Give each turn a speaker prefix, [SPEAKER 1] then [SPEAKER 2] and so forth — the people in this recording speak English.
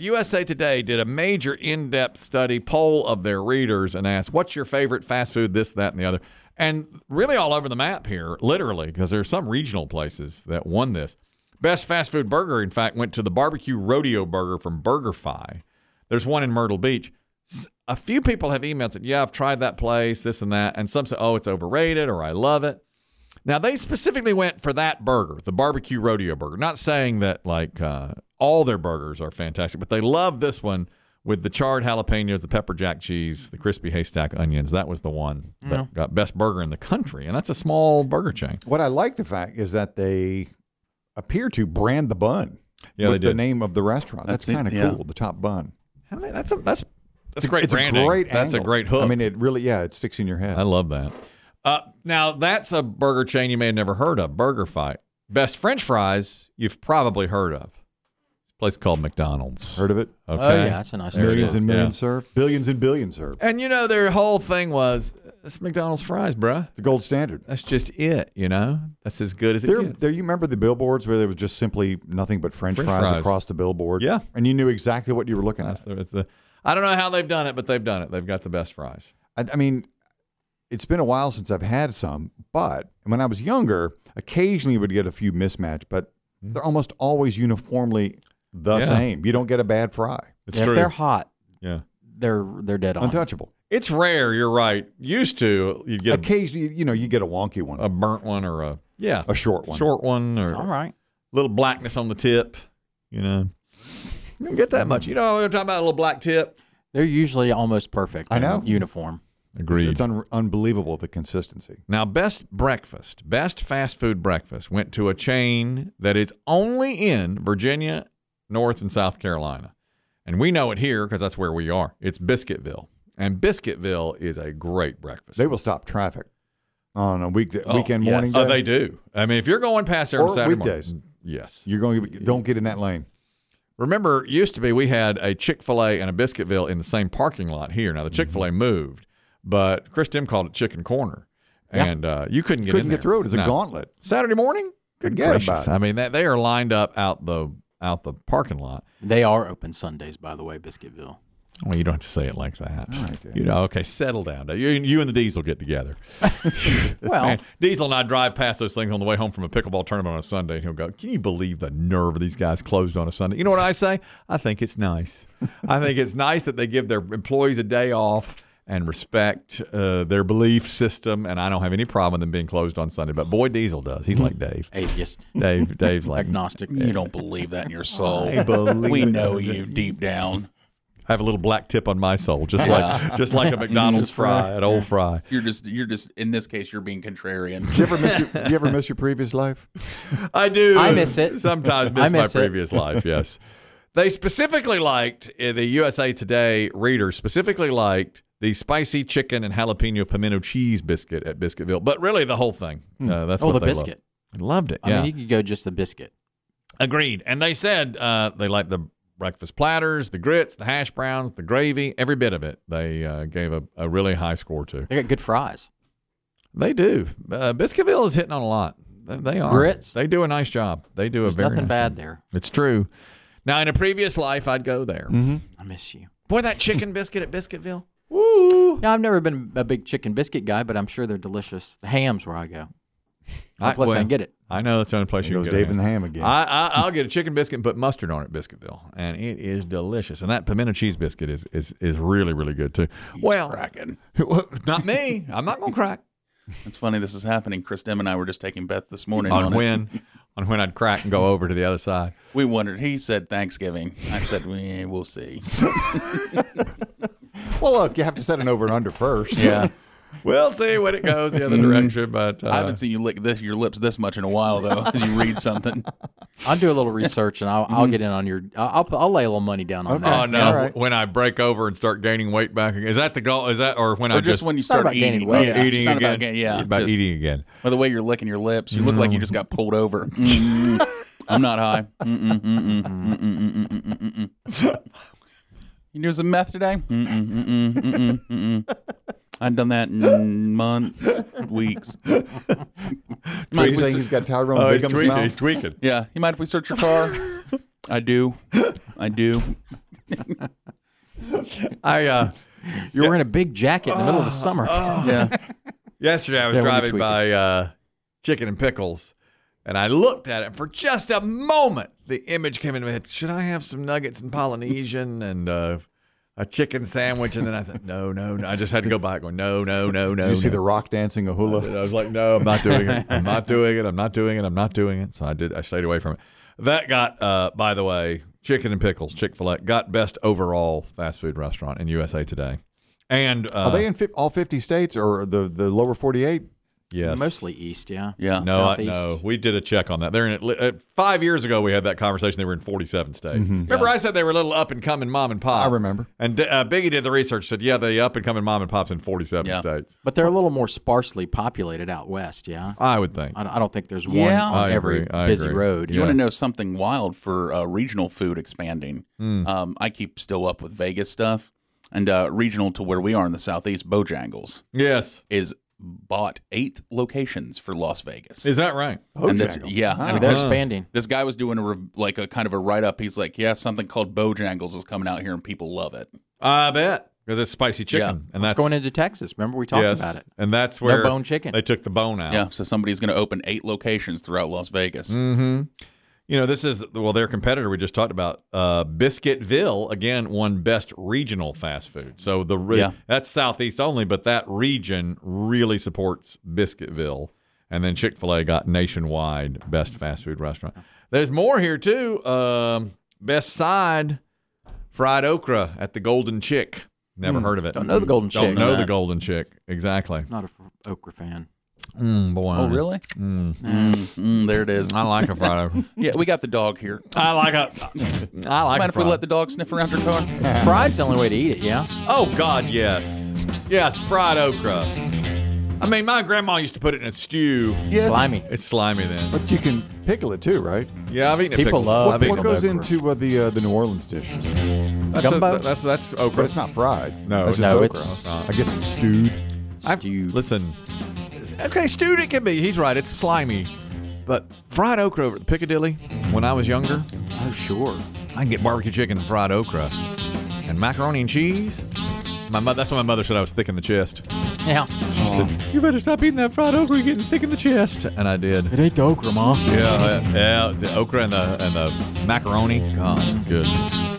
[SPEAKER 1] USA Today did a major in depth study poll of their readers and asked, What's your favorite fast food? This, that, and the other. And really all over the map here, literally, because there are some regional places that won this. Best fast food burger, in fact, went to the barbecue rodeo burger from BurgerFi. There's one in Myrtle Beach. S- A few people have emailed said, Yeah, I've tried that place, this and that. And some said, Oh, it's overrated or I love it. Now they specifically went for that burger, the barbecue rodeo burger. Not saying that like uh, all their burgers are fantastic, but they love this one with the charred jalapenos, the pepper jack cheese, the crispy haystack onions. That was the one that got best burger in the country, and that's a small burger chain.
[SPEAKER 2] What I like the fact is that they appear to brand the bun
[SPEAKER 1] Yeah,
[SPEAKER 2] with
[SPEAKER 1] they
[SPEAKER 2] the
[SPEAKER 1] did.
[SPEAKER 2] name of the restaurant. That's,
[SPEAKER 3] That's it,
[SPEAKER 2] kind of
[SPEAKER 3] yeah.
[SPEAKER 2] cool. The top bun.
[SPEAKER 1] How many- That's a that's that's a great
[SPEAKER 2] it's
[SPEAKER 1] branding.
[SPEAKER 2] a great.
[SPEAKER 1] that's a
[SPEAKER 2] angle.
[SPEAKER 1] great hook.
[SPEAKER 2] I mean, it really. Yeah, it sticks in your head.
[SPEAKER 1] I love that. Uh, now that's a burger chain you may have never heard of, Burger Fight. Best French fries you've probably heard of. A place called McDonald's.
[SPEAKER 2] Heard of it?
[SPEAKER 1] Okay.
[SPEAKER 3] Oh yeah, that's a nice.
[SPEAKER 1] it is,
[SPEAKER 2] millions
[SPEAKER 3] restaurant.
[SPEAKER 2] and
[SPEAKER 1] yeah.
[SPEAKER 2] millions served. Billions and billions served.
[SPEAKER 1] And you know, their whole thing was it's McDonald's fries, bruh.
[SPEAKER 2] It's the gold standard.
[SPEAKER 1] That's just it, you know? That's as good as it
[SPEAKER 2] There,
[SPEAKER 1] gets.
[SPEAKER 2] there. You remember the billboards where there was just simply nothing but French,
[SPEAKER 1] French
[SPEAKER 2] fries,
[SPEAKER 1] fries.
[SPEAKER 2] across the billboard.
[SPEAKER 1] Yeah.
[SPEAKER 2] and you knew exactly what you were looking
[SPEAKER 1] That's
[SPEAKER 2] at.
[SPEAKER 1] the, it's the, I don't know how they've done it, but they've done it. They've got the best fries.
[SPEAKER 2] I, I mean, it's been a while since I've had some, but when I was younger, occasionally would get a few mismatch, but they're almost always uniformly the
[SPEAKER 1] Hmm. Yeah.
[SPEAKER 2] same. You don't get a bad fry.
[SPEAKER 1] It's
[SPEAKER 3] Yeah, if they're hot,
[SPEAKER 1] Yeah.
[SPEAKER 3] they're they're dead on.
[SPEAKER 2] Untouchable.
[SPEAKER 1] It's rare, you're right. Used to, you'd get a,
[SPEAKER 2] Occasionally, you know, you get a wonky one,
[SPEAKER 1] a burnt one or a, yeah,
[SPEAKER 2] a short one.
[SPEAKER 1] short one or
[SPEAKER 3] All right.
[SPEAKER 1] little blackness on the tip, you know? You don't get that much. You know, we're talking about a little black tip.
[SPEAKER 3] They're usually almost perfect.
[SPEAKER 2] I
[SPEAKER 3] and
[SPEAKER 2] know.
[SPEAKER 3] Uniform.
[SPEAKER 2] It's, it's un- unbelievable the consistency.
[SPEAKER 1] Now, best breakfast, best fast food breakfast went to a chain that is only in Virginia, North, and South Carolina. And we know it here because that's where we are. It's Biscuitville. And Biscuitville is a great breakfast.
[SPEAKER 2] They will stop traffic on a week weekend
[SPEAKER 3] yes.
[SPEAKER 2] morning.
[SPEAKER 1] oh,
[SPEAKER 2] day.
[SPEAKER 1] they do. I mean, if you're going past there on
[SPEAKER 2] Or
[SPEAKER 1] Saturday morning-
[SPEAKER 2] weekdays.
[SPEAKER 1] yes.
[SPEAKER 2] You're going to don't get in that lane.
[SPEAKER 1] Remember, it used to be we had a Chick fil A and a Biscuitville in the same parking lot here. Now, the
[SPEAKER 2] Mm-hmm.
[SPEAKER 1] Chick fil A moved, but Chris Dim called it Chicken Corner. And uh, you couldn't get
[SPEAKER 2] Couldn't
[SPEAKER 1] in
[SPEAKER 2] get
[SPEAKER 1] there.
[SPEAKER 2] through it. It's a
[SPEAKER 1] No.
[SPEAKER 2] gauntlet.
[SPEAKER 1] Saturday morning? Good
[SPEAKER 2] Forget
[SPEAKER 1] gracious.
[SPEAKER 2] about it.
[SPEAKER 1] I mean, that, they are lined up out the out the parking lot.
[SPEAKER 3] They are open Sundays, by the way, Biscuitville.
[SPEAKER 1] Well, you don't have to say it like that.
[SPEAKER 2] Dan.
[SPEAKER 1] you know, okay, settle down. You, you and the Diesel get together.
[SPEAKER 3] Well,
[SPEAKER 1] Man, Diesel and I drive past those things on the way home from a pickleball tournament on a Sunday, and he'll go, Can you believe the nerve of these guys closed on a Sunday? You know what I say? I think it's nice. I think it's nice that they give their employees a day off and respect uh, their belief system, and I don't have any problem with them being closed on Sunday. But boy, Diesel does. He's like Dave.
[SPEAKER 3] atheist,
[SPEAKER 1] Dave, Dave's like,
[SPEAKER 3] agnostic.
[SPEAKER 4] You don't believe that in your soul.
[SPEAKER 1] I believe
[SPEAKER 4] we
[SPEAKER 1] it.
[SPEAKER 4] know you deep down.
[SPEAKER 1] I have a little black tip on my soul, just like just like a McDonald's fry, an old fry.
[SPEAKER 4] You're just you're just in this case you're being contrarian.
[SPEAKER 2] You ever miss your, you ever miss your previous life?
[SPEAKER 1] I do.
[SPEAKER 3] I miss it.
[SPEAKER 1] Sometimes miss,
[SPEAKER 3] I miss
[SPEAKER 1] my
[SPEAKER 3] it.
[SPEAKER 1] previous life. Yes. They specifically liked uh, the USA Today reader specifically liked the spicy chicken and jalapeno pimento cheese biscuit at Biscuitville, but really the whole thing. Uh, that's
[SPEAKER 3] Oh,
[SPEAKER 1] what
[SPEAKER 3] the
[SPEAKER 1] they loved.
[SPEAKER 3] biscuit.
[SPEAKER 1] Loved it.
[SPEAKER 3] I
[SPEAKER 1] yeah.
[SPEAKER 3] mean, you could go just the biscuit.
[SPEAKER 1] Agreed. And they said uh, they liked the breakfast platters, the grits, the hash browns, the gravy, every bit of it. They uh, gave a, a really high score to.
[SPEAKER 3] They got good fries.
[SPEAKER 1] They do. Uh, Biscuitville is hitting on a lot. They- They are
[SPEAKER 3] Grits.
[SPEAKER 1] They do a nice job. They do a
[SPEAKER 3] There's
[SPEAKER 1] very
[SPEAKER 3] nothing
[SPEAKER 1] nice
[SPEAKER 3] bad
[SPEAKER 1] job.
[SPEAKER 3] there.
[SPEAKER 1] It's true. Now, in a previous life, I'd go there.
[SPEAKER 3] I miss you.
[SPEAKER 1] Boy, that chicken biscuit at Biscuitville. Woo!
[SPEAKER 3] Yeah, I've never been a big chicken biscuit guy, but I'm sure they're delicious. The hams where I go.
[SPEAKER 1] I-
[SPEAKER 3] Plus, I
[SPEAKER 1] well,
[SPEAKER 3] can get it.
[SPEAKER 1] I know that's the only place
[SPEAKER 2] Here
[SPEAKER 1] you can
[SPEAKER 2] goes
[SPEAKER 1] get
[SPEAKER 2] Dave
[SPEAKER 1] it.
[SPEAKER 2] and the ham again.
[SPEAKER 1] I, I I'll get a chicken biscuit and put mustard on it, at Biscuitville, and it is delicious. And that pimento cheese biscuit is is is really really good too. well,
[SPEAKER 4] cracking.
[SPEAKER 1] not me. I'm not gonna crack
[SPEAKER 4] It's funny this is happening. Chris Dem and I were just taking bets this morning on,
[SPEAKER 1] on
[SPEAKER 4] it.
[SPEAKER 1] when on when I'd crack and go over to the other side.
[SPEAKER 4] We wondered. He said Thanksgiving. I said we we'll see.
[SPEAKER 2] well, look, you have to set an over and under first.
[SPEAKER 1] Yeah, we'll see when it goes the other direction. But uh,
[SPEAKER 4] I haven't seen you lick this your lips this much in a while though. As you read something,
[SPEAKER 3] I'll do a little research and I'll,
[SPEAKER 1] Mm-hmm.
[SPEAKER 3] I'll get in on your. I'll, I'll lay a little money down on that.
[SPEAKER 1] Oh no!
[SPEAKER 2] All right.
[SPEAKER 1] When I break over and start gaining weight back again, is that the goal? Is that or when I
[SPEAKER 4] or just
[SPEAKER 1] just,
[SPEAKER 4] when you
[SPEAKER 3] not
[SPEAKER 4] start
[SPEAKER 3] about
[SPEAKER 4] eating,
[SPEAKER 3] gaining weight.
[SPEAKER 4] yeah, it's
[SPEAKER 1] eating
[SPEAKER 4] not
[SPEAKER 1] again?
[SPEAKER 4] about gain- yeah,
[SPEAKER 1] about
[SPEAKER 4] just-
[SPEAKER 1] eating again.
[SPEAKER 4] By the way you're licking your lips, you look like you just got pulled over. Mm. I'm not high. Mm-mm, mm-mm, mm-mm, mm-mm, mm-mm, mm-mm. You do some meth today? Mm-mm, mm-mm, mm-mm, mm-mm. I've done that in months, weeks.
[SPEAKER 2] So
[SPEAKER 4] Mike,
[SPEAKER 2] you saying
[SPEAKER 4] we ser-
[SPEAKER 2] he's got Tyrone
[SPEAKER 1] Oh, he's
[SPEAKER 2] Bigum's
[SPEAKER 1] tweaking.
[SPEAKER 2] mouth?
[SPEAKER 1] He's tweaking.
[SPEAKER 4] yeah, you mind if we search your car? I do. I do.
[SPEAKER 1] I uh,
[SPEAKER 3] You're wearing a big jacket in the
[SPEAKER 1] Ah,
[SPEAKER 3] middle of the summer.
[SPEAKER 4] Yeah.
[SPEAKER 1] yesterday I was
[SPEAKER 3] Yeah, we can
[SPEAKER 1] driving
[SPEAKER 3] tweak it.
[SPEAKER 1] by uh, Chicken and Pickles, and I looked at it and for just a moment. The image came into my head. Should I have some nuggets and Polynesian and uh, a chicken sandwich? And then I thought, no, no, no. I just had to go by it going, no, no, no, no.
[SPEAKER 2] Did you see
[SPEAKER 1] no.
[SPEAKER 2] the rock dancing a hula?
[SPEAKER 1] And I was like, no, I'm not doing it. I'm not doing it. I'm not doing it. I'm not doing it. So I did. I stayed away from it. That got, uh, by the way, chicken and pickles, Chick Fil A got best overall fast food restaurant in USA Today. And uh,
[SPEAKER 2] Are they in fif- all 50 states or the, the lower 48?
[SPEAKER 1] Yes.
[SPEAKER 3] Mostly east, yeah.
[SPEAKER 4] Yeah.
[SPEAKER 1] no, I,
[SPEAKER 3] Southeast.
[SPEAKER 1] no. We did a check on that. They're in uh, five years ago. We had that conversation. They were in 47 states. Remember, I said they were a little up and coming mom and pop.
[SPEAKER 2] I remember.
[SPEAKER 1] And uh, Biggie did the research. Said, yeah, the up and coming mom and pops in 47
[SPEAKER 4] Yeah.
[SPEAKER 1] states.
[SPEAKER 3] But they're a little more sparsely populated out west, yeah.
[SPEAKER 1] I would think.
[SPEAKER 3] I don't, I don't think there's one
[SPEAKER 4] Yeah.
[SPEAKER 3] on
[SPEAKER 1] I
[SPEAKER 3] every
[SPEAKER 1] agree, I
[SPEAKER 3] busy
[SPEAKER 1] agree.
[SPEAKER 3] road.
[SPEAKER 1] You
[SPEAKER 4] You
[SPEAKER 1] Yeah.
[SPEAKER 4] want to know something wild for uh, regional food expanding? Um, I keep still up with Vegas stuff, and uh, regional to where we are in the southeast, Bojangles
[SPEAKER 1] yes.
[SPEAKER 4] is bought eight locations for Las Vegas.
[SPEAKER 1] Is that right?
[SPEAKER 4] and that's, yeah, and
[SPEAKER 3] They're
[SPEAKER 4] this,
[SPEAKER 3] expanding.
[SPEAKER 4] this guy was doing a re- like a kind of a write up. He's like, yeah, something called Bojangles is coming out here, and people love it.
[SPEAKER 1] I bet because it's spicy chicken,
[SPEAKER 4] Yeah.
[SPEAKER 1] and
[SPEAKER 3] It's
[SPEAKER 1] that's
[SPEAKER 3] going into Texas. Remember we talked
[SPEAKER 1] yes,
[SPEAKER 3] about it.
[SPEAKER 1] and that's where
[SPEAKER 3] bone chicken.
[SPEAKER 1] They took the bone out.
[SPEAKER 4] Yeah, so somebody's going to open eight locations throughout Las Vegas.
[SPEAKER 1] Mm-hmm. You know, this is well their competitor we just talked about, uh, Biscuitville. Again, won best regional fast food. So the re-
[SPEAKER 4] Yeah.
[SPEAKER 1] that's southeast only, but that region really supports Biscuitville. And then Chick Fil A got nationwide best fast food restaurant. There's more here too. Um, best side fried okra at the Golden Chick. Never heard of it.
[SPEAKER 3] Hmm. Don't know the Golden
[SPEAKER 1] Don't
[SPEAKER 3] Chick.
[SPEAKER 1] know
[SPEAKER 4] Yeah.
[SPEAKER 1] the Golden Chick. Exactly.
[SPEAKER 3] Not a f- okra fan.
[SPEAKER 1] Mm, boy.
[SPEAKER 4] Oh, really?
[SPEAKER 1] Mm.
[SPEAKER 4] Mm, mm, there it is.
[SPEAKER 1] I like a fried okra.
[SPEAKER 4] Yeah, we got the dog here.
[SPEAKER 1] I like a. I like
[SPEAKER 4] Mind
[SPEAKER 1] a
[SPEAKER 4] if we
[SPEAKER 1] fried-
[SPEAKER 4] let the dog sniff around your car?
[SPEAKER 3] Fried's the only way to eat it, yeah.
[SPEAKER 1] Oh God, yes, yes, fried okra. I mean, my grandma used to put it in a stew.
[SPEAKER 2] Yes.
[SPEAKER 3] Slimy.
[SPEAKER 1] It's slimy then.
[SPEAKER 2] But you can pickle it too, right?
[SPEAKER 1] Yeah, I've eaten it.
[SPEAKER 3] People
[SPEAKER 1] pickled.
[SPEAKER 3] love
[SPEAKER 1] I've eaten
[SPEAKER 2] What
[SPEAKER 3] pickled
[SPEAKER 1] it.
[SPEAKER 2] goes
[SPEAKER 3] okra.
[SPEAKER 2] into uh, the uh, the New Orleans dishes?
[SPEAKER 1] That's, a,
[SPEAKER 3] Gumbo?
[SPEAKER 1] that's that's
[SPEAKER 2] But
[SPEAKER 1] okra.
[SPEAKER 2] it's not fried.
[SPEAKER 1] No,
[SPEAKER 2] That's just
[SPEAKER 3] no,
[SPEAKER 2] okra.
[SPEAKER 3] it's
[SPEAKER 1] not.
[SPEAKER 2] I guess it's stewed.
[SPEAKER 1] I've-
[SPEAKER 3] Stew.
[SPEAKER 1] Listen, it's- okay, stewed it can be. He's right. It's slimy, but fried okra over at Piccadilly. When I was younger,
[SPEAKER 3] Oh, sure.
[SPEAKER 1] I can get barbecue chicken and fried okra, and macaroni and cheese. My mother. That's why my mother said I was thick in the chest.
[SPEAKER 3] Yeah.
[SPEAKER 1] She said, "You better stop eating that fried okra. You're getting thick in the chest." And I did.
[SPEAKER 3] It ain't the okra, Mom.
[SPEAKER 1] Yeah, yeah, yeah. It's the okra and the and the macaroni. God, it's good.